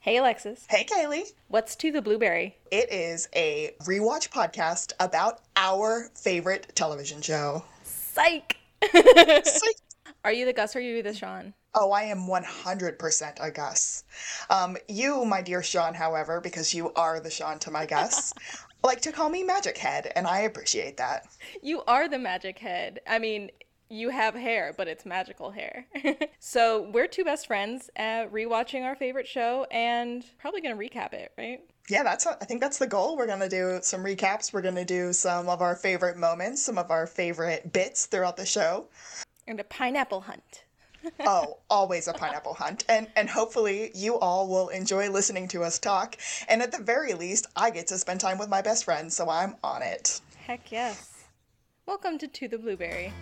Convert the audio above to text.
Hey, Alexis. Hey, Kaylee. What's to the blueberry? It is a rewatch podcast about our favorite television show. Psych. Psych. Are you the Gus or are you the Sean? Oh, I am 100% a Gus. Um, you, my dear Sean, however, because you are the Sean to my Gus, like to call me Magic Head, and I appreciate that. You are the magic head. I mean, you have hair, but it's magical hair. so we're two best friends uh, rewatching our favorite show and probably gonna recap it, right? Yeah, that's. I think that's the goal. We're gonna do some recaps. We're gonna do some of our favorite moments, some of our favorite bits throughout the show. And a pineapple hunt. oh, always a pineapple hunt. And and hopefully you all will enjoy listening to us talk. And at the very least, I get to spend time with my best friend, so I'm on it. Heck yes. Welcome to To the Blueberry.